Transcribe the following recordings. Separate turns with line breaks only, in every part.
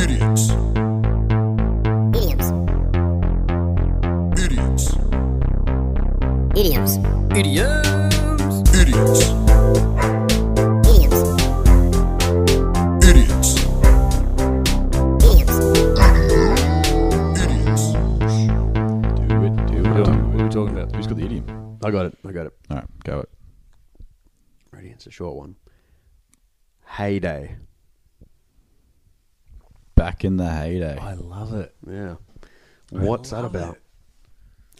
Idiots.
Idioms.
Idiots.
Idioms.
Idioms.
Idiots.
Idioms.
Idiots.
Idioms.
Idiots.
Do it, do it,
What
do
are we
it.
talking about?
Who's got the idiom?
I got it. I got it.
All right, go it.
Ready? It's a short one. Heyday.
Back in the heyday.
love it. Yeah. What's that about?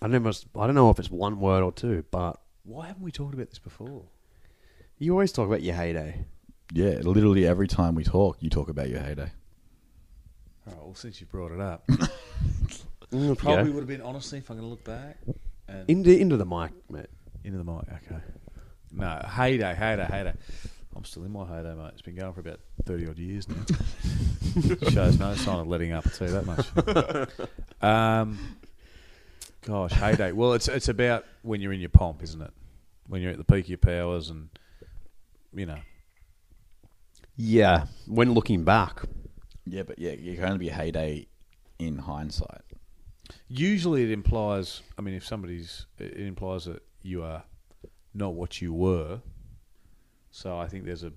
I don't know. if it's- I don't know if it's one word or two, but why haven't we talked about this before? You always talk about your heyday.
Yeah, literally every time we talk, you talk about your heyday.
All right, Oh, well, since you brought it up,
Mm,
probably
yeah.
would have been honestly if I can look back and
into into the mic, mate.
into the mic. Okay. No, heyday, heyday, heyday. I'm still in my heyday, mate. It's been going for about thirty odd years now. Shows no sign of letting up. I'll tell you that much. um, gosh, heyday. Well, it's it's about when you're in your pomp, isn't it? When you're at the peak of your powers, and you know,
Yeah, when looking back,
Yeah, but yeah, you can only be heyday in hindsight.
Usually, it implies. I mean, if somebody's, it implies that you are not what you were. So I think there's a,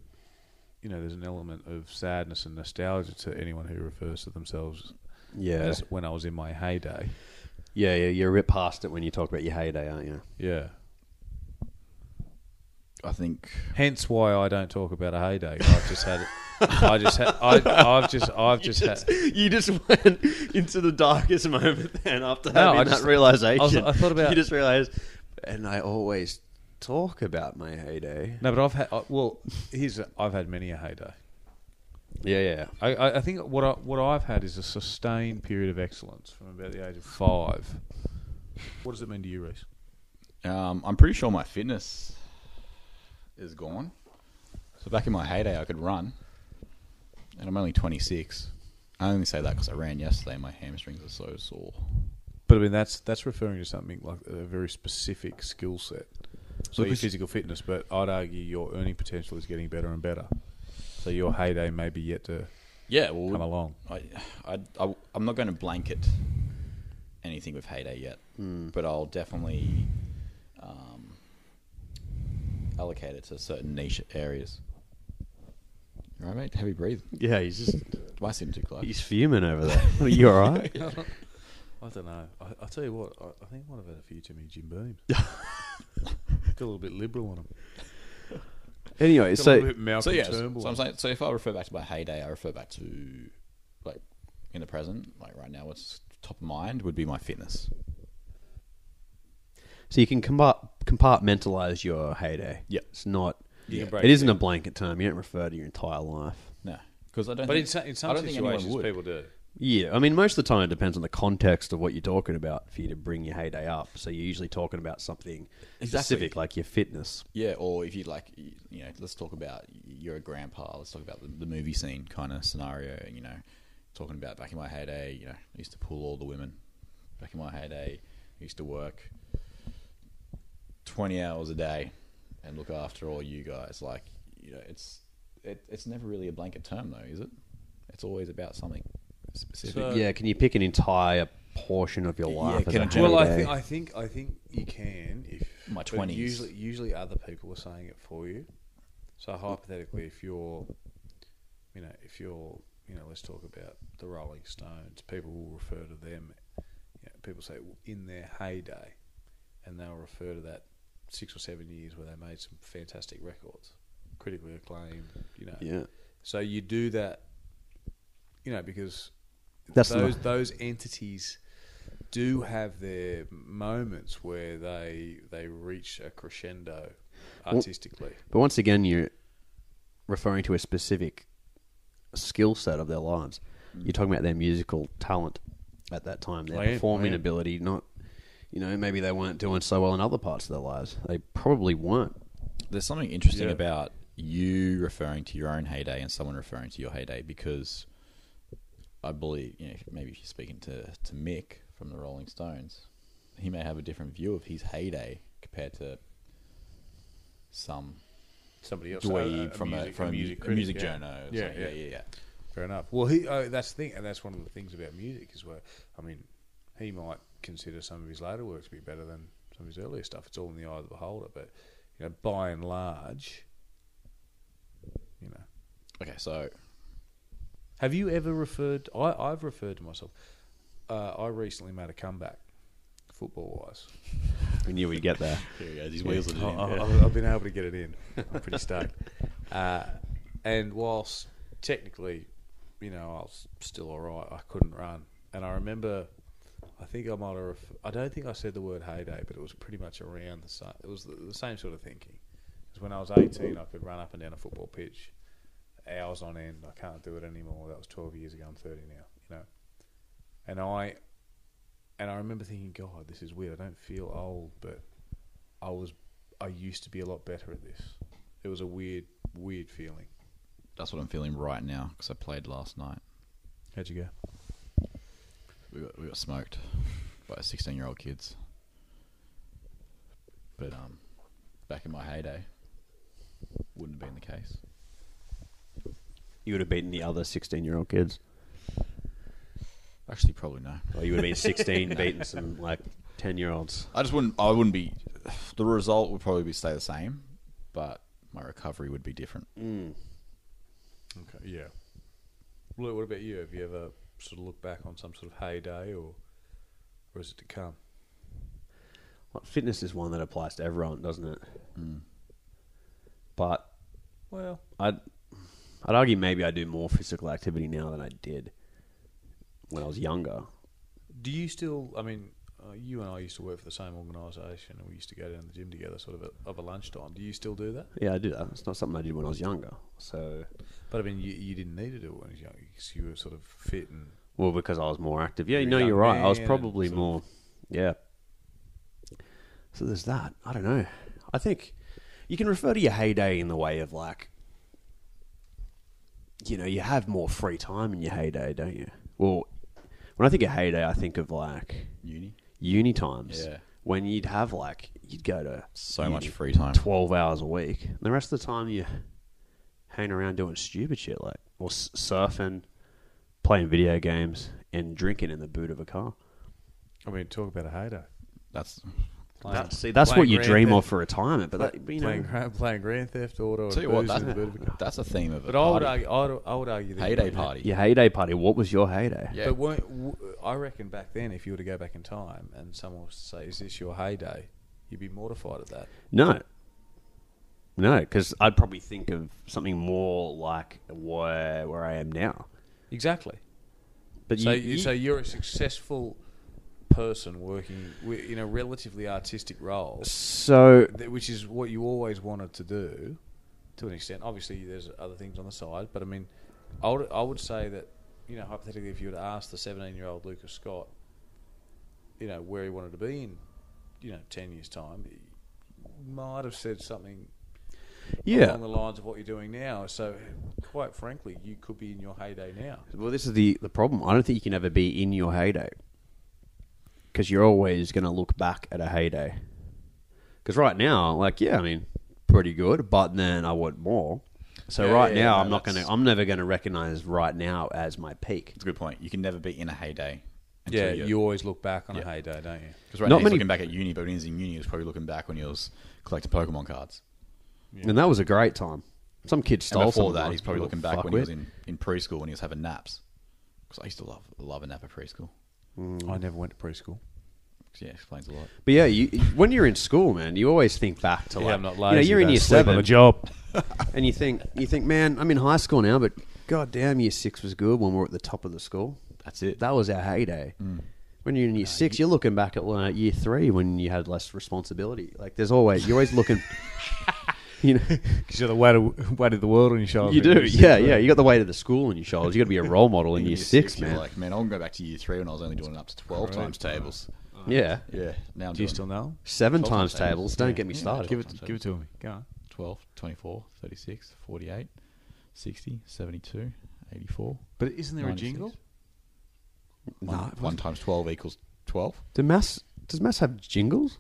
you know, there's an element of sadness and nostalgia to anyone who refers to themselves
yeah,
as when I was in my heyday.
yeah, yeah, you're a bit past it when you talk about your heyday, aren't you?
Yeah.
I think
Hence why I don't talk about a heyday. I've just had it. I just had. I, I've just. I've just, had.
you just went into the darkest moment then after
No,
having
I
that
just-
realization.
I was- I thought about-
you just realized, and I always talk about my heyday.
No, but I've had. I, well, here's. A, I've had many a heyday.
Yeah, yeah,
I- I, I think what I, what I've had is a sustained period of excellence from about the age of five. What does it mean to you, Reese?
um, I'm pretty sure my fitness is gone. So back in my heyday, I could run, and I'm only 26. I only say that because I ran yesterday. and My hamstrings are so sore.
But I mean, that's that's referring to something like a very specific skill set. So your
Look, it's-
physical fitness, but I'd argue your earning potential is getting better and better. So your heyday may be yet to
Yeah, well,
come along.
I, I, I, am not going to blanket anything with heyday yet, but I'll definitely um, allocate it to certain niche areas. You all right, mate? Heavy breathing.
yeah. He's just
My seem too close.
he's fuming over there. Are you all right?
I don't know. I, I tell you what, I, I think I might have had a few too many Jim Beams. Got a little bit liberal on them.
Anyway,
Got a little
so
bit Malcolm
So yeah, so,
Turnbull.
so I'm saying, so if I refer back to my heyday, I refer back to like in the present, like right now. What's top of mind would be my fitness.
so you can compart- compartmentalize your heyday.
Yeah.
it's not.
You can break
It
it
isn't a blanket term. You don't refer to your entire life.
No, because I don't.
But
think,
in, so- in
I
some
don't think anyone
situations,
would.
people do.
Yeah, I mean, most of the time it depends on the context of what you're talking about for you to bring your heyday up. So you're usually talking about something specific, like your fitness.
Yeah, or if you like, y- you know, let's talk about y- you're a grandpa. Let's talk about the, the movie scene kind of scenario. You know, talking about back in my heyday, you know, I used to pull all the women. Back in my heyday, I used to work twenty hours a day and look after all you guys. Like, you know, it's it, it's never really a blanket term though, is it? It's always about something specific.
So-
yeah, can you pick an entire portion of your life?
can I
as a
generate-
Well, I
heyday?
think I think I think you can if
My
but
20s.
Usually, usually other people are saying it for you. So hypothetically, if you're, you know, if you're, you know, let's talk about the Rolling Stones. People will refer to them. You know, people say "Well, in their heyday, and they'll refer to that six or seven years where they made some fantastic records, critically acclaimed. You know,
yeah,
so you do that, you know, because
That's
those
not-
those entities do have their moments where they they reach a crescendo artistically.
but once again, you're referring to a specific skill set of their lives. You're talking about their musical talent at that time, their
I am, I
performing
am.
ability. Not, you know, maybe they weren't doing so well in other parts of their lives. They probably weren't.
There's something interesting
Yeah.
about you referring to your own heyday and someone referring to your heyday because I believe, you know, if- maybe if you're speaking to, to Mick from the Rolling Stones, he may have a different view of his heyday compared to some
Somebody else,
dweeb from a,
music,
from
uh,
a mu-
music
a music
critic, yeah.
journo.
Yeah,
yeah, yeah, yeah, yeah.
fair enough. Well, he, oh, that's the thing, and that's one of the things about music is where, I mean, he might consider some of his later work to be better than some of his earlier stuff. It's all in the eye of the beholder, but you know, by and large, you know,
Okay, so
have you ever referred? I, I've referred to myself. Uh, I recently made a comeback, football wise.
We knew we'd get there.
here he goes. He's wheels
I, I, I've been able to get it in. I'm pretty stoked. Uh, and whilst technically, you know, I was still all right, I couldn't run. And I remember, I think I might have. Ref- I don't think I said the word heyday, but it was pretty much around the same. It was the, the same sort of thinking. Because when I was 18, I could run up and down a football pitch, hours on end. I can't do it anymore. That was 12 years ago. I'm 30 now. You know, and I. And I remember thinking, God, this is weird. I don't feel old, but I was I used to be a lot better at this. It was a weird weird feeling.
That's what I'm feeling right now because I played last night.
How'd you go?
We got, we got smoked by 16 year old kids. But um, back in my heyday, wouldn't have been the case.
You would have beaten the other 16 year old kids.
Actually, probably no.
Or you would have been 16, beating some like 10 year olds.
I just wouldn't. I wouldn't be. The result would probably be stay the same, but my recovery would be different.
Okay. Yeah. Well, what about you? Have you ever sort of looked back on some sort of heyday or or is it to come?
Well, fitness is one that applies to everyone, doesn't it? But
Well
I'd, I'd argue maybe I do more physical activity now than I did when I was younger.
do you still I mean uh, you and I used to work for the same organisation and we used to go down to the gym together sort of at, of a lunchtime. Do you still do that?
Yeah, I do that. It's not something I did when I was younger. So,
But I mean you, you didn't need to do it when you were young because you were sort of fit and
well, because I was more active. Yeah, you
You're
know,
a young
you're right. I was
man,
probably
sort of.
more. Yeah. So there's that. I don't know. I think you can refer to your heyday in the way of like, you know, you have more free time in your heyday, don't you? Well, when I think of heyday, I think of like
Uni,
uni times.
Yeah.
When you'd have like you'd go to
so
uni
much free time.
twelve hours a week. And the rest of the time you hang around doing stupid shit like or s- surfing, playing video games, and drinking in the boot of a car.
I mean talk about a heyday.
That's
That- see, that's what
playing
you
Grand
dream
Theft-
of for retirement. But that, you know,
playing, Grand- playing Grand Theft Auto and
tell you what.
booze
That's,
in the boot of a car.
that's a theme of a
But I would,
party.
argue, I, would, I would argue that
heyday party.
your heyday party. What was your heyday?
Yeah.
But weren't, w- I reckon back then, if you were to go back in time and someone was to say, "Is this your heyday?" you'd be mortified at that.
No. No, because I'd probably think of something more like where where I am now.
Exactly.
But
so
you,
you, so you're a successful person working wi- in a relatively artistic role,
so
th- which is what you always wanted to do, to an extent. Obviously, there's other things on the side, but I mean, I would, I would say that you know hypothetically, if you were to ask the 17 year old Lucas Scott, you know, where he wanted to be in, you know, 10 years time, he might have said something
yeah.
along the lines of what you're doing now. So, quite frankly, you could be in your heyday now.
Well, this is the the problem. I don't think you can ever be in your heyday because you're always going to look back at a heyday. Because right now, like, yeah, I mean, pretty good, but then I want more. So
Yeah,
right
yeah,
now,
no,
I'm not going
that's-
to. I'm never going to recognize right now as my peak.
It's a good point. You can never be in a heyday. until
Yeah,
you're-
you always look back on
Yeah.
a heyday, don't you?
Because right
Not
now he's
many-
looking back at uni, but when he was in uni, he was probably looking back when he was collecting Pokemon cards.
And that was a great time. Some kid
And
stole some
before
of mine.
that, he's probably
Little
looking back when he
fuckwit.
was in, in preschool when he was having naps. Because I used to love love a nap at preschool.
I never went to preschool.
'Cause, yeah, it explains a lot.
But yeah, you, when you're in school, man, you always think back to
Yeah,
like
I'm not
you know,
lazy,
you're in
but I
year
sleep on
seven,
the job.
and you think you think, man, I'm in high school now, but goddamn, year six was good when we were at the top of the school.
That's it.
That was our heyday. When you're in year six, you're looking back at like, year three when you had less responsibility. Like there's always you're always looking. you know,
Because you're the weight of, weight of the world on your shoulders.
you do, yeah, yeah. You got the weight of the school on your shoulders. You got to be a role model in year six,
you're
man.
Like, man, I'll go back to year three when I was only doing up to twelve times tables.
"Oh, yeah,
Yeah, now I'm
Do you
doing
still know?
seven
12
times
times tables.
tables. Don't get me started.
Give it, give it to me. Go on.
12, 24, 36, 48, 60, 72, 84.
But isn't there
96.
a jingle?
no,
One- one times twelve equals twelve.
do mass does mass have jingles?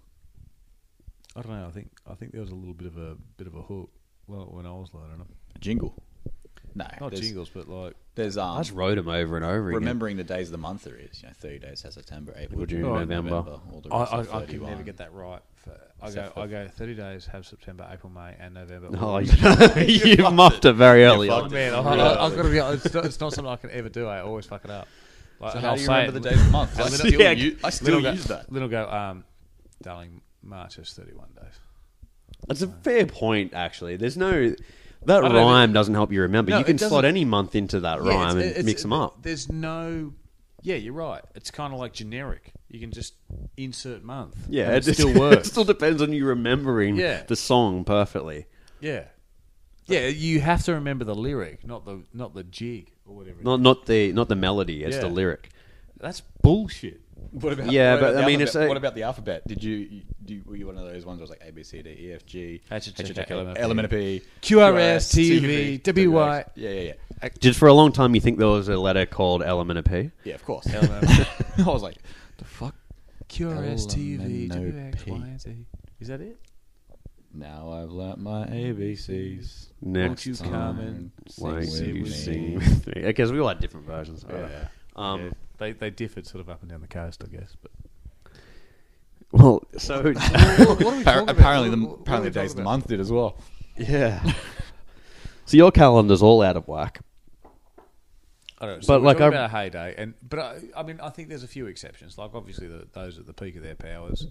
I don't know. I think I think there was a little bit of a bit of a hook. Well, when I was learning it,
A jingle. No,
Not
there's,
jingles, but like
There's um,
I just wrote them over and over again.
remembering the days of the month there is. You know, 30 days has September, April,
June, November.
all the
I,
rest of
I, I can
31.
never get that right. For, I go
Except for-
I go thirty days, have September, April, May, and November. Oh,
Oh, you, you muffed it very early.
fucked
on.
it.
man, I, I, I've got to be. honest, It's not, it's not something I can ever do. I always fuck it up. Like,
So
and
how
I'll
do you
say
remember the
it-
days of the month?
and
I
then
still,
Yeah,
u- I still
Little go,
use that.
Little go, um, darling. March is thirty-one days.
That's a fair point, actually. There's no that
don't
rhyme doesn't help you remember.
No,
you can
it
slot
doesn't.
any month into that rhyme and mix them up.
There's no. Yeah, you're right. It's kind of like generic. You can just insert month.
Yeah,
and it,
just-
still works.
It still depends on you remembering
Yeah.
the song perfectly.
yeah, yeah. You have to remember the lyric, not the not the jig or whatever. it
Not not the not the melody, it's the
Yeah.
lyric.
That's bullshit.
What about,
Yeah,
what
but
about
I
the
mean,
alphabet?
it's a-
what about the alphabet? Did you, you do you- were you one of those ones? I was like A B C D E F G
H, I, J, K, L, M, N, P.
L M N P
Q, R, S, T, U, V, W, Y.
Yeah, yeah, yeah,
Did for a long time you think there was a letter called element of P?
yeah. Of course.
L, M,
I was like, the fuck.
QRSTV,
LMNOP.
WXYZ. Is that it?
Now I've learnt my ABCs.
Next
you
time,
come and
won't
sing with
you
me?
sing with me? Because we all had different versions. of it.
Yeah.
Um,
Yeah, they they differed sort of up and down the coast, I guess. But
Well, so
Appar- apparently, the apparently the days of the month did as well.
yeah. so your calendar's all out of whack.
I don't know.
But,
but
like,
like
I-
about a heyday, and but I, I mean, I think there's a few exceptions. Like obviously, the, those at the peak of their powers,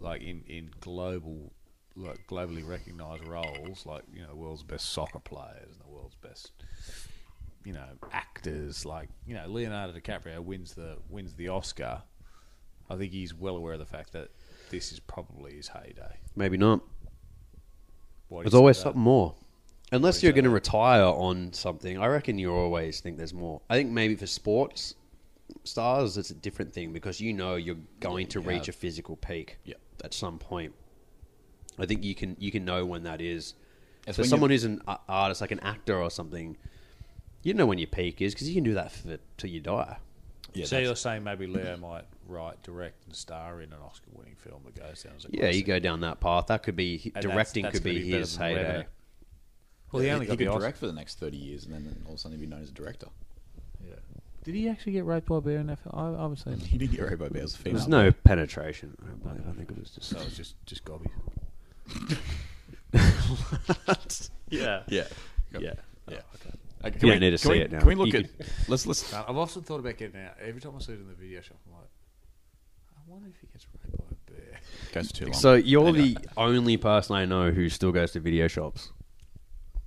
like in in global, like globally recognised roles, like you know, the world's best soccer players and the world's best, you know, actors. Like you know, Leonardo DiCaprio wins the wins the Oscar. I think he's well aware of the fact that this is probably his heyday.
Maybe not.
Why do you
There's
say
always
that?
something more. Unless
do you
you're
say
going to
that?
retire on something, I reckon you always think there's more. I think maybe for sports stars, it's a different thing because you know you're going to
you
reach
have-
a physical peak
Yep.
at some point. I think you can you can know when that is.
It's
for
when you-
someone who's an a- artist, like an actor or something, you know when your peak is because you can do that for, till you die.
Yeah,
so
that's-
you're saying maybe Leo might write, direct, and star in an Oscar-winning film that goes down as a
Yeah, you
classic.
go down that path. That could be
And that's-
directing.
that's
could
gonna
be,
better
his
than
heyday.
revenue. Well, he only
he
got the
could
Oscar.
direct for the next thirty years, and then all of a sudden he'd be known as a director.
Did he actually get raped by a bear in that film? I, I haven't seen it.
He didn't get raped by bears.
There's no penetration. I, don't believe. I think it was just.
So it's just just gobby.
yeah.
Yeah.
Yeah.
Yeah. Okay,
don't need to
can
see
we,
it now.
Can we look
You
at? Let's let's.
I've often thought about getting out. Every time I see it in the video shop, I'm like, I wonder if he gets raped by a bear.
Goes for too long.
So you're the only person I know who still goes to video shops.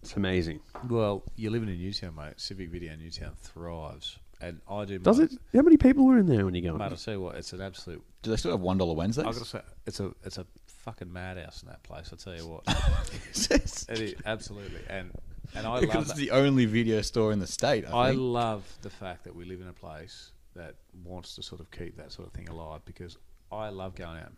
It's amazing.
Well, you're living in Newtown, mate. Civic Video Newtown thrives, and I do.
Does
my-
it? How many people are in there when you go?
Mate, I'll
in?
tell you what, it's an absolute.
do they still have one dollar Wednesdays?
I gotta say, it's a it's a fucking madhouse in that place. I tell you what, it is absolutely, and and I
because
love
it's
that.
the only video store in the state. I,
I
think.
love the fact that we live in a place that wants to sort of keep that sort of thing alive because I love going out. and-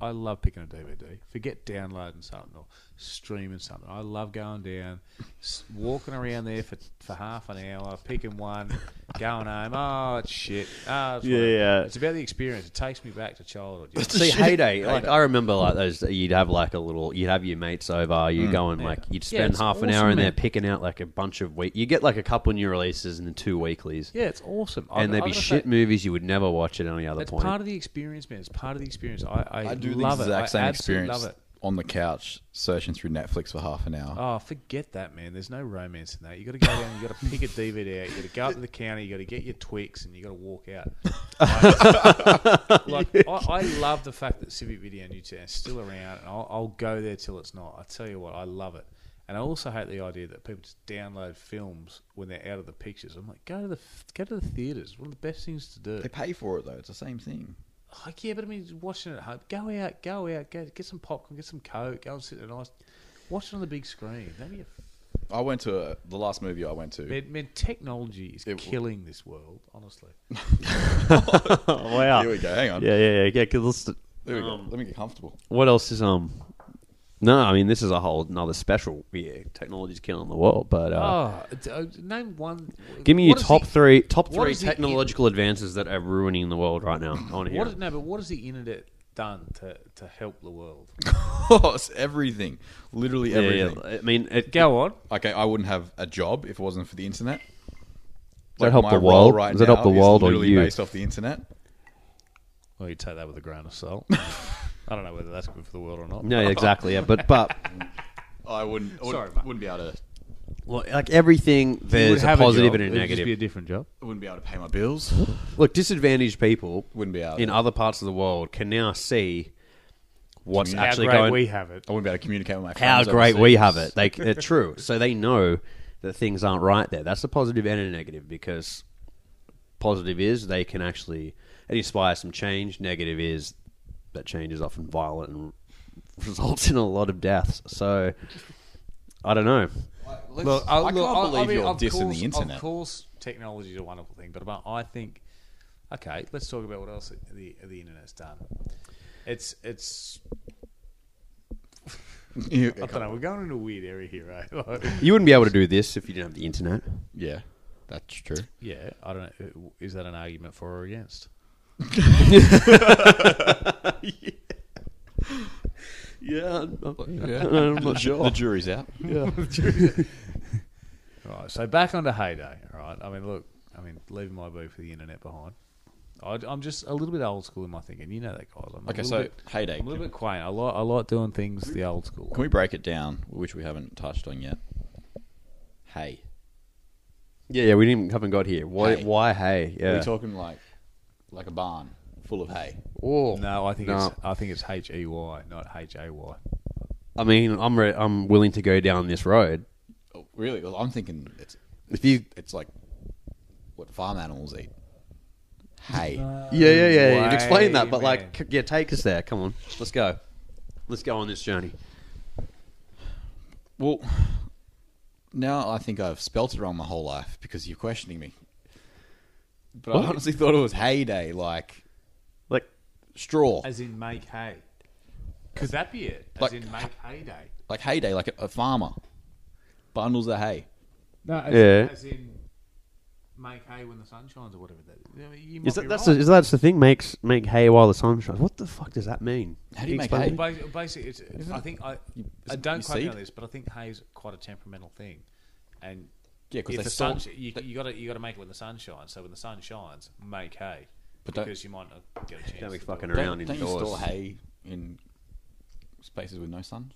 I love picking a DVD. Forget downloading something or streaming something. I love going down, s- walking around there for, for half an hour, picking one, going home. Oh, it's shit. Oh, it's
Yeah,
whatever.
yeah.
It's about the experience. It takes me back to childhood. you know.
See, heyday. Like I remember, like those. You'd have like a little. You'd have your mates over. You go and like you'd
Yeah,
spend
it's
half an hour
awesome,
in there
man.
picking out like a bunch of week. You get like a couple new releases and then two weeklies.
Yeah, it's awesome. I-
And there'd
I
be
gotta
shit
say,
movies you would never watch at any other
That's
point.
part of the experience, man. It's part of the experience. I, I,
I do the
love it.
exact same
I absolutely
experience
Love it.
on the couch, searching through Netflix for half an hour.
Oh, forget that, man. There's no romance in that. You got to go down. You got to pick a DVD out. You got to go up to the counter. You got to get your Twix, and you got to walk out. Like, like, I, I love the fact that Civic Video Newtown is still around, and I'll, I'll go there till it's not. I tell you what, I love it, and I also hate the idea that people just download films when they're out of the pictures. I'm like, go to the f- go to the theaters. One of the best things to do.
They pay for it though. It's the same thing.
Like, yeah, but I mean, just watching it at home. Go out, go out, go get some popcorn, get some coke, go and sit in a nice. Watch it on the big screen. That'd be a
I went to a, the last movie I went to.
Man, man, technology is
It w-
killing this world, honestly.
oh, wow.
Here we go. Hang on.
Yeah, yeah, yeah. Get, let's,
There we
um,
go. Let me get comfortable.
what else is um no i mean this is a whole another special yeah technology's killing the world but uh
oh, it's- uh, name one.
give me your
what is
top
the-
three top
what
three
is the in-
technological advances that are ruining the world right now i want to hear
What
it.
is, no, but what has the internet done to, to help the world?
course, Oh, everything, literally
Yeah,
everything.
yeah. I mean, it,
Go on.
Okay, I wouldn't have a job if it wasn't for the internet.
Does that help the world? Does that help the world or
literally
you?
Based off the internet.
Well, you take that with a grain of salt. I don't know whether that's good for the world or not.
No, yeah, exactly. Yeah, but but
I wouldn't. I wouldn't,
Sorry, mate.
wouldn't be able to.
like everything, there's a positive and a
It'd just
negative.
be a different job.
Wouldn't be able to pay my bills.
Look, disadvantaged people
Wouldn't be able.
in
to,
other parts of the world can now see what's
How
actually
great
going.
we have it.
I wouldn't be able to communicate with my.
how
friends
great we
overseas.
have it. They, they're true, so they know that things aren't right there. That's the positive and a negative because positive is they can actually it inspires some change. Negative is that change is often violent and results in a lot of deaths. So I don't know.
Let's- I can't believe you're dissing
course,
the internet.
Of course, technology is a wonderful thing, but about, I think, okay, let's talk about what else the the internet's done. It's it's
You-
I don't know. We're going into a weird area here, right? Like-
You wouldn't be able to do this if you didn't have the internet.
Yeah, that's true.
yeah, I don't. know. Is that an argument for or against?
Yeah,
Yeah.
I'm
The
not sure.
jury's out.
Right. So back onto heyday. all Right. I mean, look. I mean, leaving my boo for the internet behind. I, I'm just a little bit old school in my thinking. You know that, guys. I'm a
Okay,
little
so
bit,
heyday.
I'm a little bit quaint. I like I like doing things the old school. way.
Can we break it down, which we haven't touched on yet? Hey,
Yeah, yeah, we didn't haven't got here. Why?
Hey.
Why? Hey,
we are
yeah.
we talking like like a barn full of hay?
oh,
No, I think
No.
it's I think it's H E Y, not H A Y.
I mean, I'm re- I'm willing to go down this road.
Oh, really? Well, I'm thinking it's
If you
it's like what farm animals eat. Hay.
Yeah, yeah, yeah. You've explained that,
way,
but
man.
like, c- yeah, take us there. Come on, let's go. Let's go on this journey.
Well, now I think I've spelt it wrong my whole life because you're questioning me. But I
What?
honestly thought it was heyday, like
Like,
straw,
As in make hay. Could that be it? As
Like-
in make heyday.
like heyday, like a, a farmer bundles of hay.
No, as,
Yeah.
as in make hay when the sun shines or whatever. That, I mean, you might
is
be
that that's
right.
the, is that's the thing? Makes make hay while the sun shines. What the fuck does that mean?
How do
Can
you make
explain
hay?
it?
Ba- Basically, it's, I think I, I
isn't
don't
it
quite
seed?
know this, but I think hay's quite a temperamental thing, and
Yeah, 'cause
if
they
the sun,
store-
you, you gotta you gotta make it when the sun shines. So when the sun shines, make hay,
But don't-
because you might not get a chance.
Don't be
to do
fucking
it.
around
don't don't you
indoors.
store hay in spaces with no sun?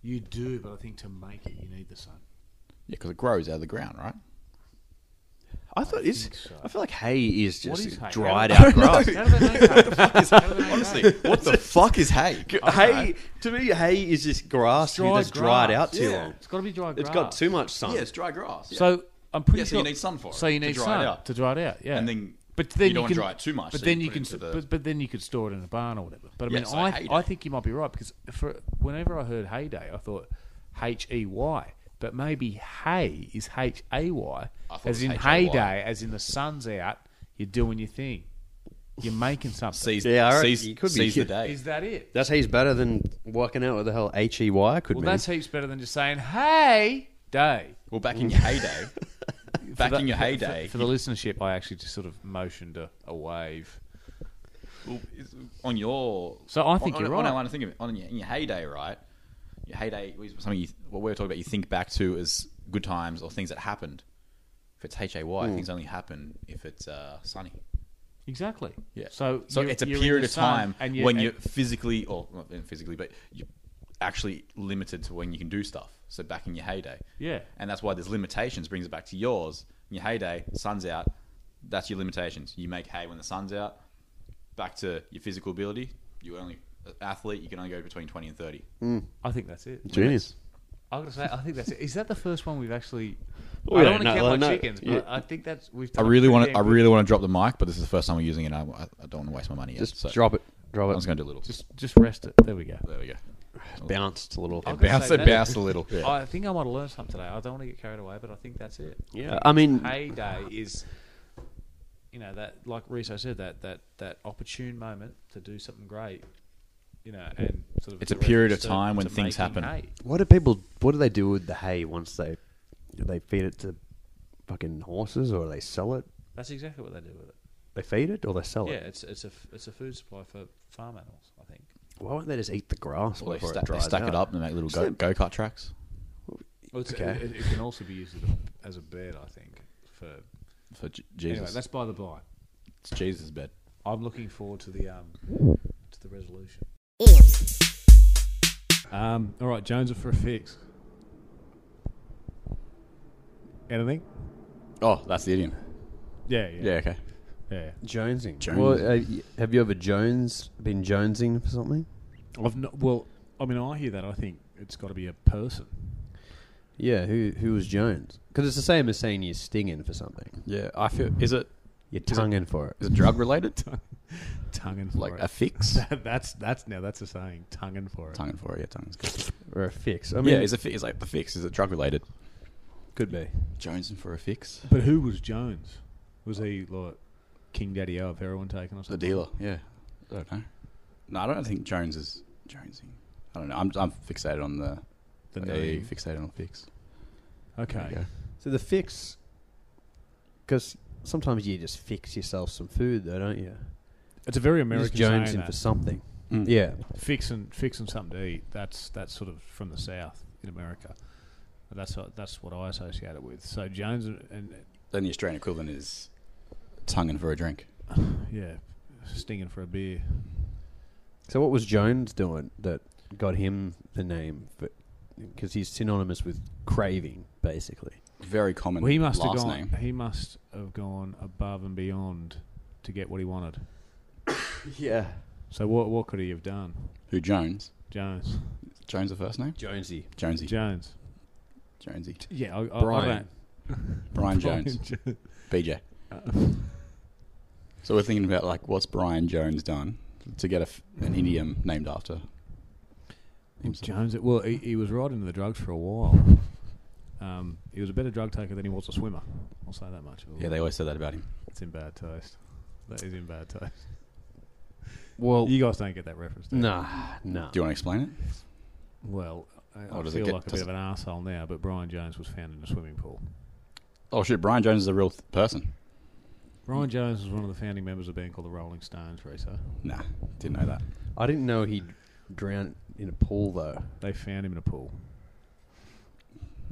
You do, but I think to make it, you need the sun.
Yeah, because it grows out of the ground, right?
I thought is
think so.
I feel like hay is
What
just
is hay?
dried
I don't
out grass.
How do they make hay?
Honestly, what the fuck is hay?
Hay to me, hay is just grass that's dried out too long.
It's got to be dry grass.
It's got too much sun.
Yeah, it's dry grass. yeah.
So I'm pretty
Yeah, so
sure
you need sun for it,
So you
to
need
dry it
sun
out.
to dry it out. Yeah,
And then
but then
you don't
you
wanna
can
dry it too much,
But
so
then
you
you
put
can,
it into the-
but, but then you could store it in a barn or whatever. But I
Yeah,
mean,
so
I
hay
I
day.
think you might be right because for whenever I heard heyday, I thought H E Y, but maybe hay is H A Y,
I thought
as
it
in
was H A Y.
heyday, as in the sun's out, you're doing your thing, you're making something.
seize,
Yeah, I reckon
seize,
you could be-
seize the day.
Is that it?
That's he's better than working out what the hell H E Y could
Well,
mean.
that's heaps better than just saying hey day.
Well, back in your heyday, back
Mm. For
in
the-
your
for-
heyday,
For, for the listenership, I actually just sort of motioned a, a wave.
Well, it's- on your
So I think
on,
you're
on,
right.
On, on, think of it, on your, in your heyday, right? Your heyday, was something you, what we were talking about, you think back to as good times or things that happened. If it's H A Y, things only happen if it's uh, sunny.
Exactly.
Yeah.
So
so
you're-
it's a
you're in
period
the
of
sun
time
and
when
and-
you're physically, or not physically, but you're actually limited to when you can do stuff. So back in your heyday,
Yeah.
and that's why there's limitations. Brings it back to yours. In your heyday, sun's out. That's your limitations. You make hay when the sun's out. Back to your physical ability. You only athlete. You can only go between twenty and thirty.
Mm.
I think that's it.
genius.
I gotta say, I think that's it. Is that the first one we've actually?
Oh,
We
I don't want to
don't know,
count my
no,
chickens, but
yeah.
I think that's we've.
I
Done
really want to.
to.
I really want to drop the mic, but this is the first time we're using it. I, I don't want to waste my money yet.
Just
so
drop it. Drop it.
I was going to do a little.
just just rest it. There we go.
there we go.
bounced a little.
I'll go
Bounce
say
it,
that-
bounce a little. Yeah.
I think I might have learned something today. I don't want to get carried away, but I think that's it.
Yeah, I mean,
Heyday is, you know, that like Riso said that that that opportune moment to do something great, you know, and sort of
It's a
the reference
period of
to-
time when
to
things
making
happen.
hay.
What do people? What do they do with the hay once they do they feed it to fucking horses or do they sell it?
That's exactly what they do with it.
They feed it or they
Oh,
sell
Yeah,
it.
it's it's a f- it's a food supply for farm animals. I think.
Why won't they just eat the grass
Well, they,
before
sta-
it
they
dries
stack
out?
it up and they make little go
Slim.
go kart tracks.
Well, it's,
Okay.
it, it can also be used as a, as a bed. I think for
For J-
anyway.
Jesus,
That's by the by.
it's Jesus' bed.
I'm looking forward to the um to the resolution.
idioms,
Um, all right, Jones are for a fix. Anything?
Oh, that's the idiom.
Yeah, yeah,
Yeah, okay.
yeah.
Jonesing.
Jonesing.
Well, uh, y- have you ever Jones been jonesing for something?
I've not. Well, I mean, I hear that. I think it's got to be a person.
Yeah. Who who was Jones? Because it's the same as saying you're stinging for something.
Yeah, I feel. Is it
You're
it-
tonguing for it.
is it drug related?
Tonguing for
like
it.
a fix?
that's that's now that's a saying. Tonguing for it.
Tonguing for it. Yeah, tonguing's good.
Or a fix. I mean,
yeah, is it? fi- Is like the fix? Is it drug related?
could be.
Jonesing for a fix.
But who was Jones? Was he like King Daddy O of heroin taken or
The
something?
dealer. Yeah. I don't know. No, I don't think Jones is Jonesing. I don't know. I'm I'm fixated on the.
The
yeah,
name.
fixated on fix. There you
Okay.
go.
So the fix, because sometimes you just fix yourself some food, though, don't you?
It's a very
You're
American
just
saying
jonesing
that.
for something.
Mm.
Yeah.
fixing fixing something to eat. That's that's sort of from the south in America. That's what, that's what I associate it with. So Jones and, and
Then the Australian equivalent is tonguing for a drink.
yeah, stinging for a beer.
So what was Jones doing that got him the name? Because he's synonymous with craving, basically.
Very common.
Well, he must
last
have gone.
name.
He must have gone above and beyond to get what he wanted.
Yeah.
So what what could he have done,
Who Jones?
Jones?
Jones the first name?
Jonesy.
Jonesy.
Jones.
Jonesy.
Yeah, I, I, I
Brian.
don't-
Brian Jones. Uh. BJ. So we're thinking about like what's Brian Jones done to get a f an idiom named after himself.
Jones. Well, he, he was right into the drugs for a while. Um, he was a better drug taker than he was a swimmer. I'll say that much.
Yeah, they always said that about him.
It's in bad taste. That is in bad taste.
Well,
You guys don't get that reference. do you?
nah, nah.
Do you want to explain it?
Well, I, I
Or Mm. Oh, does it
feel
get-
like a bit
does
of an asshole now, but Brian Jones was found in a swimming pool.
Oh shit, Brian Jones is a real th- person.
Brian Jones was one of the founding members of a band called the Rolling Stones, Reso.
Nah, didn't know that.
I didn't know he drowned in a pool though.
They found him in a pool.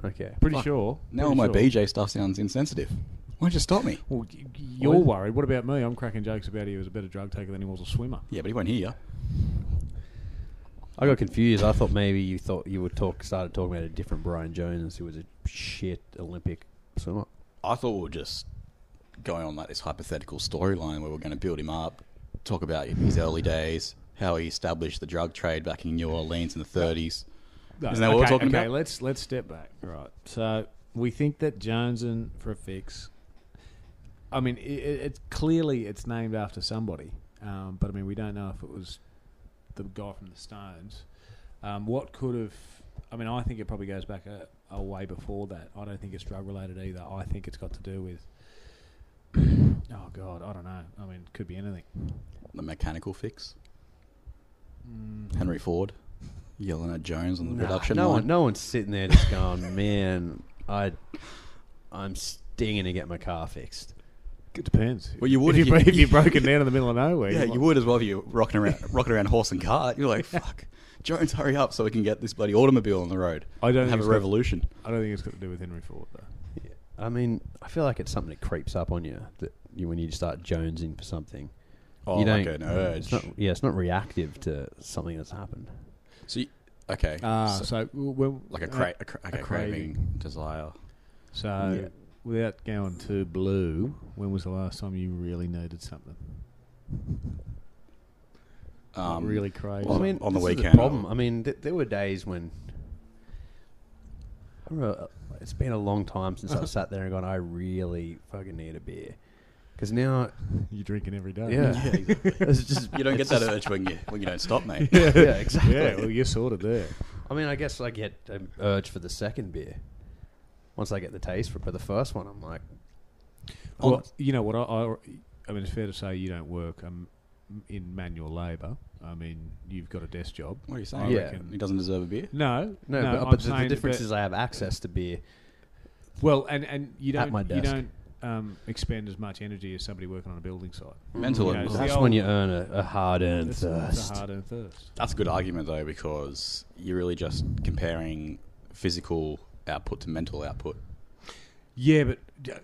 Okay.
Pretty
Fuck.
sure.
Now all
pretty
my
sure.
BJ stuff sounds insensitive. Why'd you stop me?
Well, y- y- you're
Well-
worried. What about me? I'm cracking jokes about he was a better drug taker than he was a swimmer.
Yeah, but he won't hear you.
I got confused. I thought maybe you thought you would talk started talking about a different Brian Jones who was a shit Olympic swimmer.
I thought we were just going on like this hypothetical storyline where we're going to build him up, talk about his early days, how he established the drug trade back in New Orleans in the 30s.
No,
Isn't that what we're talking
okay,
about?
Let's let's step back. Right. So we think that Jones and for a fix. I mean, it, it's clearly it's named after somebody, um, but I mean we don't know if it was the guy from the Stones. Um, what could have? I mean, I think it probably goes back a, a way before that. I don't think it's drug related either. I think it's got to do with. oh God, I don't know. I mean, it could be anything.
The mechanical fix.
Hmm.
Henry Ford yelling at Jones on the
Nah,
production
no
line.
one, no one's sitting there just going, man, I, I'm stinging to get my car fixed.
It depends.
Well, you would
if,
if
you,
you-
if you're broken down in the middle of nowhere.
Yeah,
might-
you would as well if you're rocking around, rocking around horse and cart. You're like, fuck, Jones, hurry up so we can get this bloody automobile on the road.
I don't think
and have
it's
a
got-
revolution.
I don't think it's got to do with Henry Ford though.
I mean, I feel like it's something that creeps up on you that you, when you start jonesing for something.
Oh,
you
like
don't- Mm.
an urge.
It's not, yeah, it's not reactive to something that's happened.
So, you, okay,
Ah,
so-
so, when, uh,
like a, cra- a, cra- okay,
craving.
craving, desire.
So
Yeah.
without going too blue, when was the last time you really needed something?
Um,
really crazy.
Well,
I mean,
on the
this is
weekend.
The problem. I mean, th- there were days when I remember, uh, it's been a long time since I've sat there and gone, I really fucking need a beer. Because now,
You're drinking every day.
yeah, it's just
You don't get that urge when you when you don't stop, mate.
yeah, exactly.
yeah. Well, you're sorted there.
I mean, I guess I get an urge for the second beer once I get the taste for it. But the first one, I'm like, oh,
Well, you know what? I, I, I mean, it's fair to say you don't work um, in manual labour. I mean, you've got a desk job.
What are
I
you saying?
Yeah.
reckon-
He doesn't deserve a beer.
No,
no,
no.
but,
I'm
but the,
saying-
the difference
but-
is I have access to beer.
well, and and you
At
don't
my
you
desk.
don't um, expend as much energy as somebody working on a building site.
Mental.
Yeah,
illness.
it's-
That's
the
when
old-
you earn a, uh, a hard-earned
It's, it's
thirst.
a hard earned thirst.
That's a good argument though, because you're really just comparing physical output to mental output.
Yeah, but uh,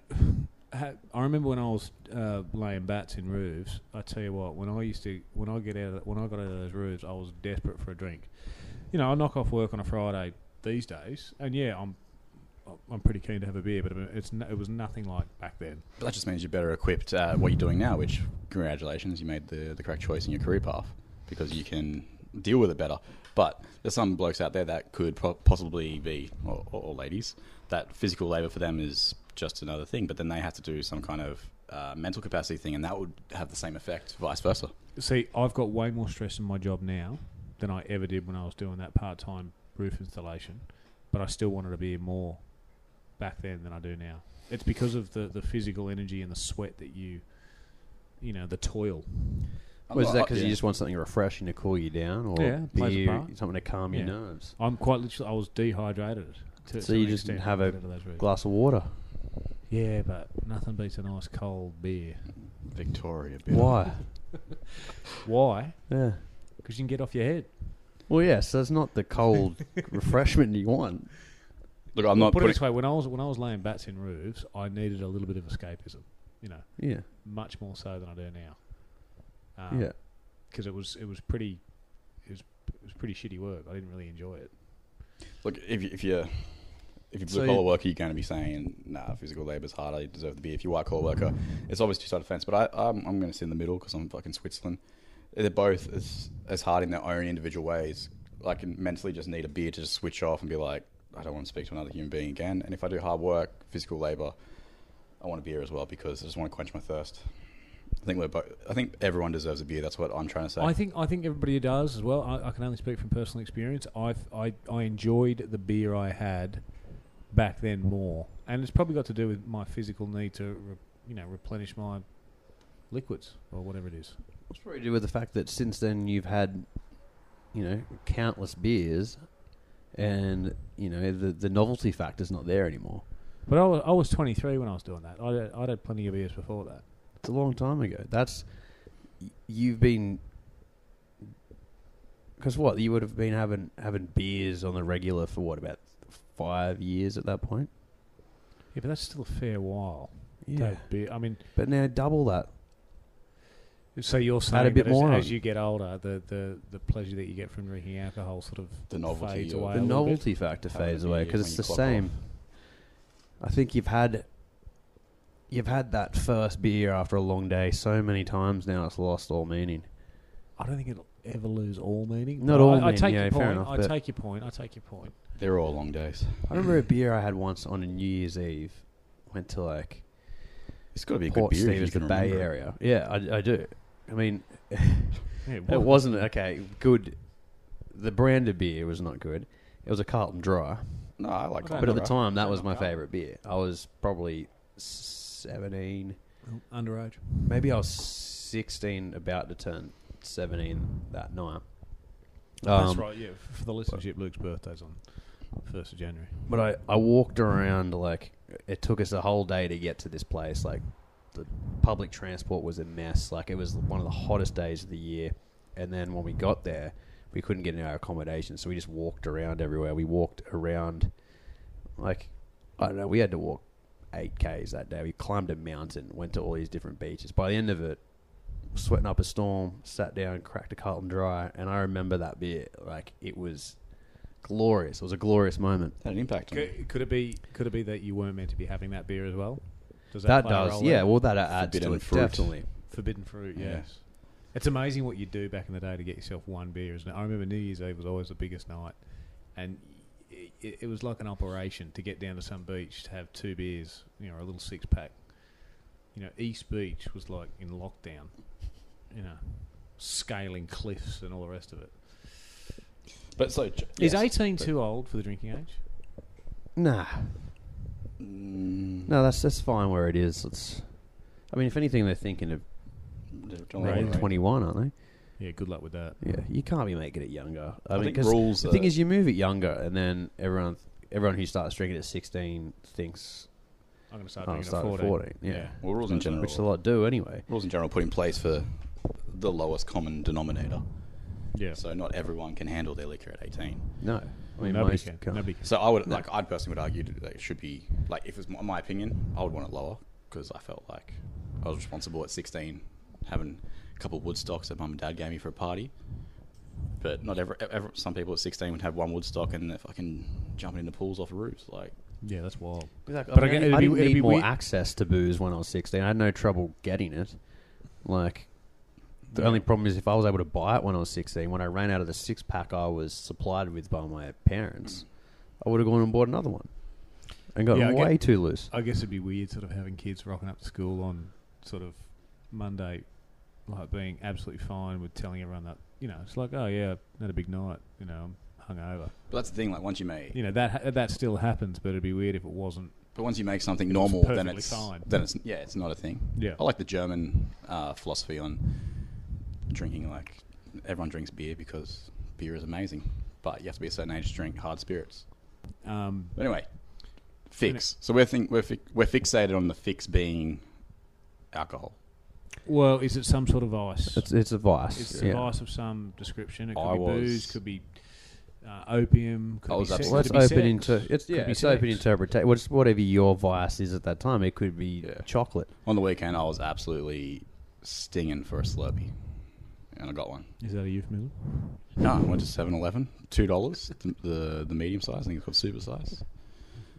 I remember when I was uh, laying bats in roofs. I tell you what, when I used to, when I get out, of, when I got out of those roofs, I was desperate for a drink. You know, I knock off work on a Friday these days, and yeah, I'm, I'm pretty keen to have a beer, but it's no, it was nothing like back then.
But that just means you're better equipped at what you're doing now, which congratulations, you made the, the correct choice in your career path because you can deal with it better. But there's some blokes out there that could po- possibly be, or, or, or ladies, that physical labour for them is just another thing, but then they have to do some kind of uh, mental capacity thing, and that would have the same effect, vice versa.
See, I've got way more stress in my job now than I ever did when I was doing that part time roof installation, but I still wanted to be more back then than I do now. It's because of the, the physical energy and the sweat that you, you know, the toil.
Or is that because
Uh, Yeah.
you just want something refreshing to cool you down, or
Yeah, plays a
beer,
part.
something to calm your
Yeah.
nerves?
I'm quite literally, I was dehydrated. To,
So
to
you
an
just
extent
have
when I
a
got out of those roofs.
Glass of water.
Yeah, but nothing beats a nice cold beer.
Victoria.
Why?
Why?
Yeah.
Because you can get off your head.
Well, yeah. So it's not the cold refreshment you want.
Look, I'm not
Put it
putting.
this way: when I was when I was laying bats in roofs, I needed a little bit of escapism. You know,
Yeah.
much more so than I do now. Um,
yeah.
because it was it was pretty it was, it was pretty shitty work. I didn't really enjoy it.
Look, if you, if you if you're
So
blue collar
you-
worker, you're going to be saying, "Nah, physical labour's harder. You deserve to be." If you're white collar worker, it's obviously two side of the fence. But I, I'm, I'm going to sit in the middle because I'm fucking Switzerland. They're both as as hard in their own individual ways. I can mentally just need a beer to just switch off and be like, I don't want to speak to another human being again. And if I do hard work, physical labour, I want a beer as well because I just want to quench my thirst. I think we're both. I think everyone deserves a beer. That's what I'm trying to say.
I think I think everybody does as well. I, I can only speak from personal experience. I've I, I enjoyed the beer I had back then more, and it's probably got to do with my physical need to re, you know replenish my liquids or whatever it is.
It's probably to do with the fact that since then you've had, you know, countless beers, and you know the the novelty factor's not there anymore.
But I was, I was 23 when I was doing that. I would I'd had plenty of beers before that.
It's a long time ago. That's y- you've been because what you would have been having having beers on the regular for what about five years at that point.
Yeah, but that's still a fair while. to
Yeah,
have beer. I mean,
but now double that.
so you're
Add
saying
a bit
that as-
more
as,
on.
you get older, the, the, the pleasure that you get from drinking alcohol sort of
The novelty
fades
of-
away. a
the
little bit.
novelty factor
Having a
fades away
beer
because
when you
it's the
clock
same. I think you've had you've had that first beer after a long day so many times now it's lost all meaning.
I don't think it'll ever lose all meaning.
Not
but
all
I, I
meaning,
take
yeah,
your
fair
point.
enough,
I
but-
take your point. I take your point.
They're all long days.
I remember a beer I had once on a New Year's Eve. Went to like
It's got to be a
Port
good beer. if
Stevens,
you
the
can
Bay
remember it.
Area. Yeah, I, I do. I mean,
Yeah,
it wasn't okay. Good. The brand of beer was not good. It was a Carlton Dry.
No, I like.
Okay.
But at the
Canberra.
time, that was my
Carlton.
favourite beer. I was probably 17,
underage.
maybe I was 16, about to turn 17 that night.
That's
Um,
right. Yeah, f- for the listenership, Luke's birthday's on first of January.
But I, I walked around like it took us a whole day to get to this place. Like the public transport was a mess. Like it was one of the hottest days of the year. And then when we got there, we couldn't get into our accommodation, so we just walked around everywhere. We walked around like I don't know, we had to walk eight Ks that day. We climbed a mountain, went to all these different beaches. By the end of it, sweating up a storm, sat down, cracked a Carlton dry, and I remember that beer. Like it was glorious. It was a glorious moment.
had an impact on me.
Could, could it be? Could it be that you weren't meant to be having that beer as well? Does
That,
play a
does,
role
yeah.
there?
Well, that adds to
Forbidden
it,
fruit.
definitely.
Forbidden fruit.
Yeah.
Yes. It's amazing what you do back in the day to get yourself one beer. Isn't it? I remember New Year's Eve was always the biggest night, and it, it, it was like an operation to get down to some beach to have two beers, you know, or a little six pack. You know, East Beach was like in lockdown. You know, scaling cliffs and all the rest of it.
But so j-
Is
yes.
eighteen too old for the drinking age?
Nah,
Mm.
no, that's that's fine where it is. It's, I mean, if anything, they're thinking of
Don't
making
worry.
Right.
twenty-one, aren't
Yeah, good luck with that.
they? Yeah, you can't be making it younger. I,
I
mean,
think
'cause
rules
The thing
are-
is, you move it younger, and then everyone everyone who starts drinking at sixteen thinks
I'm going to start
Oh,
drinking
start
at
at
14.
14, yeah.
Well, rules in
which,
general,
which a lot do anyway.
rules in general, put in place for the lowest common denominator.
yeah.
So not everyone can handle their liquor at 18.
No, I mean
nobody
most
can.
can't.
Nobody can.
So I would like I personally would argue that it should be like if it's my, my opinion, I would want it lower because I felt like I was responsible at 16, having a couple of Woodstocks that mum and dad gave me for a party. But not every, ever some people at 16 would have one Woodstock and they're fucking jumping into pools off roofs. Like
Yeah, that's wild.
Exactly.
But
I mean,
again, it'd
I
be,
didn't
it'd
need
be
more
weird.
access to booze when I was 16. I had no trouble getting it. Like, the only problem is if I was able to buy it when I was 16, when I ran out of the six pack I was supplied with by my parents, I would have gone and bought another one. And got
Yeah, I
way
get-
too loose.
I guess it'd be weird sort of having kids rocking up to school on sort of Monday, like being absolutely fine with telling everyone that, you know, it's like, oh, yeah, I had a big night, you know, I'm hungover.
but that's the thing. Like once you make
You know, that ha- that still happens, but it'd be weird if it wasn't.
But once you make something normal, then
perfectly
it's
fine.
then it's yeah, it's not a thing.
Yeah.
I like the German uh, philosophy on drinking. Like everyone drinks beer because beer is amazing, but you have to be a certain age to drink hard spirits.
Um,
But anyway, fix. So we're think we're fi- we're fixated on the fix being alcohol.
well, is it some sort of vice?
It's, it's a vice.
It's
yeah.
a vice of some description. It could
I
be booze,
was-
could be uh, opium, could
I
be
was
sex.
upset.
Well, that's
could be
open
sex,
into it's
could
yeah,
be
it's open
sex.
interpretation. It's whatever your vice is at that time. It could be
Yeah.
chocolate.
On the weekend, I was absolutely stinging for a Slurpee, and I got one.
Is that a euphemism?
No, I went to 7-Eleven, two dollars, the, the the medium size. I think it's called super size.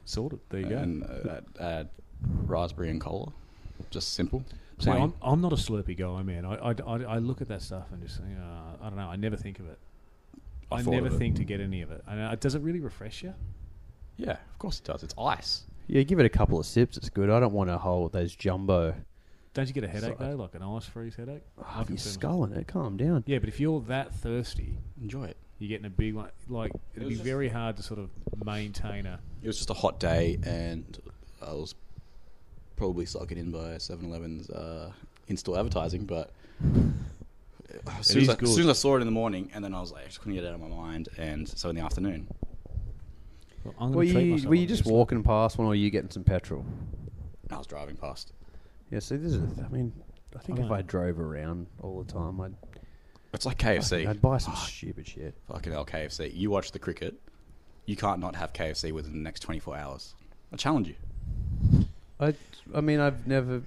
Sorted. There you go.
and uh, uh, uh, raspberry and cola. Just simple.
See,
plain.
I'm, I'm not a Slurpee guy, man. I, I, I, I look at that stuff and just think, uh, I don't know. I never think of it.
I
I,
thought
never
of it.
think to get any of it. And uh, does it really refresh you?
yeah, of course it does. It's ice.
Yeah, give it a couple of sips. It's good. I don't want to hold those jumbo.
Don't you get a headache
Sorry.
though, like an ice freeze headache?
Oh,
I
You're
can feel-
sculling it. Calm down.
Yeah, but if you're that thirsty,
Enjoy it.
you're getting a big one. Like it'd be very hard to sort of maintain a.
It was just a hot day, and I was probably sucking in by 7-Eleven's uh, in-store advertising, but. As soon
is
as, I,
good.
as soon as I saw it in the morning, and then I was like, I just couldn't get it out of my mind. And so in the afternoon,
Well, I'm gonna
Were
treat
you,
myself
were you
on
just
this.
walking past one, or you getting some petrol?
I was driving past.
Yeah. See, this is. I mean, I think
I
if
know.
I drove around all the time, I'd
It's like KFC.
I'd buy some stupid shit.
Fucking hell, KFC. You watch the cricket, you can't not have KFC within the next 24 hours. I challenge you.
I. I mean, I've never.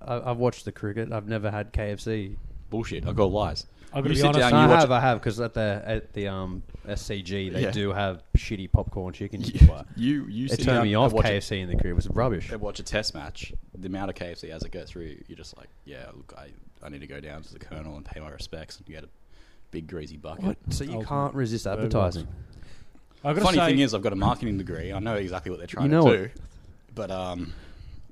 I, I've watched the cricket. I've never had KFC.
Bullshit. I got lies.
I'm
You
gonna be
sit
honest.
down,
No,
you
I
watch
have. I have because at the at the um SCG they
Yeah.
do have shitty popcorn chicken. You, can
You,
buy.
you, you
it
sit
turned
down
me off.
and watch
KFC in the cricket was rubbish.
A, and watch a test match. The amount of KFC as it goes through, you're just like, yeah, look, I, I need to go down to the colonel and pay my respects and get a big greasy bucket.
What? So you
Ultimate
can't resist
Burger
advertising.
I've got to
Funny
say,
thing is, I've got a marketing degree. I know exactly what they're trying
know
to
what-
do, but um,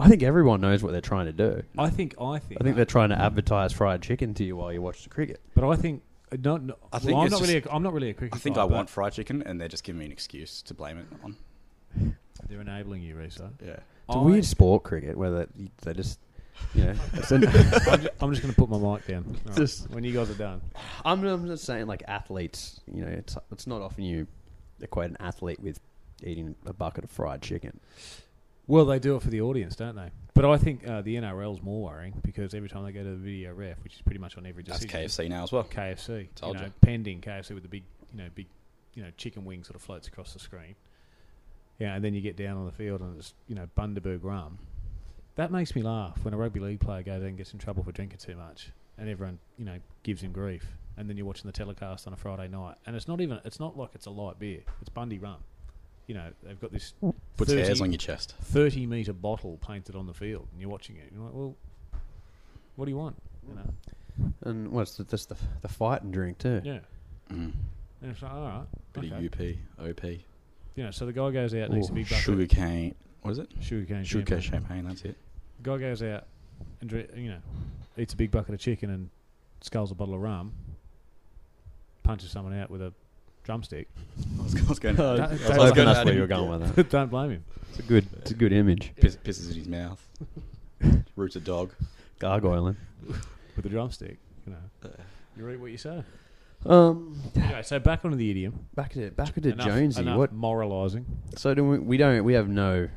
I think everyone knows what they're trying to do.
I think I think
I think they're trying to advertise fried chicken to you while you watch the cricket.
But I think uh, not. no
I think
well, I'm
it's
not
just-
really. A, I'm not really a cricket.
I think
guy,
I
but
want fried chicken, and they're just giving me an excuse to blame it on.
They're enabling you, Rezo.
Yeah.
It's
I-
a weird sport, cricket, where they, they just, you know. it's an-
I'm just, I'm just going to put my mic down. Alright,
Just-
when you guys are done.
I'm, I'm just saying, like athletes, you know, it's it's not often you equate an athlete with eating a bucket of fried chicken.
Well, they do it for the audience, don't they? But I think uh, the NRL's more worrying because every time they go to the video ref, which is pretty much on every
That's
decision,
KFC now as well.
KFC,
Told
you know,
ya.
pending KFC with the big, you know, big, you know, chicken wing sort of floats across the screen. Yeah, and then you get down on the field and it's you know Bundaberg rum. That makes me laugh when a rugby league player goes out and gets in trouble for drinking too much, and everyone you know gives him grief. And then you're watching the telecast on a Friday night, and it's not even it's not like it's a light beer; it's Bundy rum. You know, they've got this
Puts
30
hairs on your chest.
30 metre bottle painted on the field and you're watching it. You're like, well, what do you want? You know?
And what's the, just the the fight and drink too?
Yeah.
Mm.
And it's like, all right.
Bit
okay.
of UP, OP.
You know, so the guy goes out and eats a
Ooh,
big bucket.
sugar cane. What is it?
Sugarcane.
Sugar cane
champagne.
champagne. That's it.
Guy goes out and, dri- you know, eats a big bucket of chicken and sculls a bottle of rum, punches someone out with a drumstick.
I was, I was going.
I was
That- Oh, that's
hoping
good.
that's where you were going with that.
Don't blame him.
It's a good, it's a good image.
Piss, pisses in his mouth. Roots a dog.
Gargoyling.
With a drumstick, you
Uh.
know. You read what you say.
Um,
Anyway, so back onto the idiom.
back to back to
Enough-
Jonesy.
enough
What?
Moralising.
So do we, we don't we have no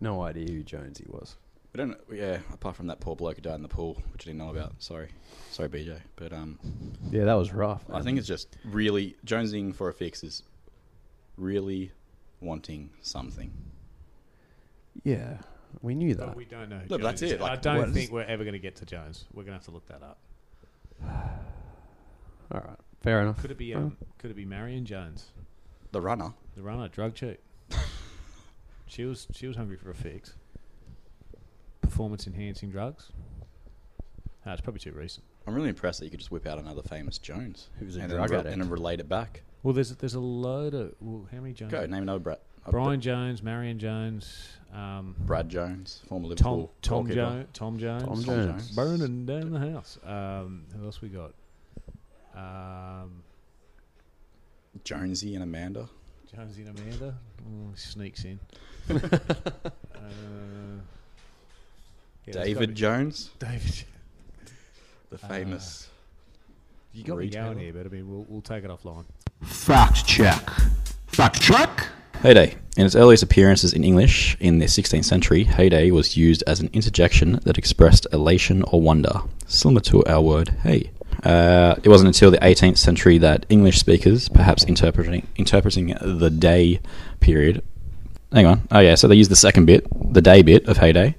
No idea who Jonesy was.
We don't. Yeah, apart from that poor bloke who died in the pool, which I didn't know about. Sorry, sorry, BJ. But um,
Yeah, that was rough.
I think it's just really jonesing for a fix is really wanting something.
yeah, we knew that.
But we don't know. Who
No, but
Jones
that's
is.
it, like,
I don't
what
think
is-
we're ever going to get to Jones. We're going to have to look that up.
All right, fair enough.
Could it be? Um, could it be Marion Jones,
The runner.
the runner, drug cheat? she was. She was hungry for a fix. Performance enhancing drugs. Ah, it's probably too recent.
I'm really impressed that you could just whip out another famous Jones
Who's a
and,
drug
then, re-
addict.
and then relate it back.
Well, there's there's a load of. Well, how many Jones?
Go name another Brad. uh,
Brian Jones, Marion Jones, um,
Br- Brad Jones, former
Tom
Liverpool
Tom,
goalkeeper.
jo- Tom Jones,
Tom
Tom
Jones.
Jones.
burning down the house. Um, who else we got? Um,
Jonesy and Amanda.
Jonesy and Amanda Oh, he sneaks in. uh, yeah, there's gotta
David
be-
Jones,
David.
the
Uh,
famous.
You got me
Retailer.
going here, but I mean, we'll, we'll take it offline.
Fact check. Fact check.
Heyday. In its earliest appearances in English in the 16th century, heyday was used as an interjection that expressed elation or wonder, similar to our word hey. Uh, it wasn't until the 18th century that English speakers, perhaps interpreting interpreting the day period, hang on, oh yeah, so they used the second bit, the day bit of heyday,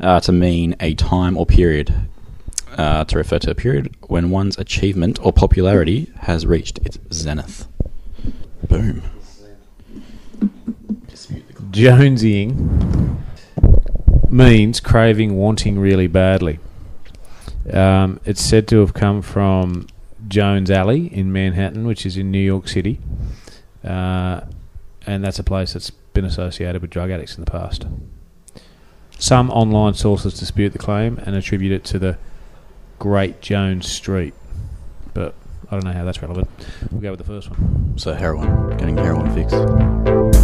uh, to mean a time or period, uh, to refer to a period when one's achievement or popularity has reached its zenith. Boom.
Jonesying means craving, wanting really badly. Um, it's said to have come from Jones Alley in Manhattan, which is in New York City, uh, and that's a place that's been associated with drug addicts in the past. Some online sources dispute the claim and attribute it to the Great Jones Street, but I don't know how that's relevant. We'll go with the first one.
So heroin, getting heroin fixed.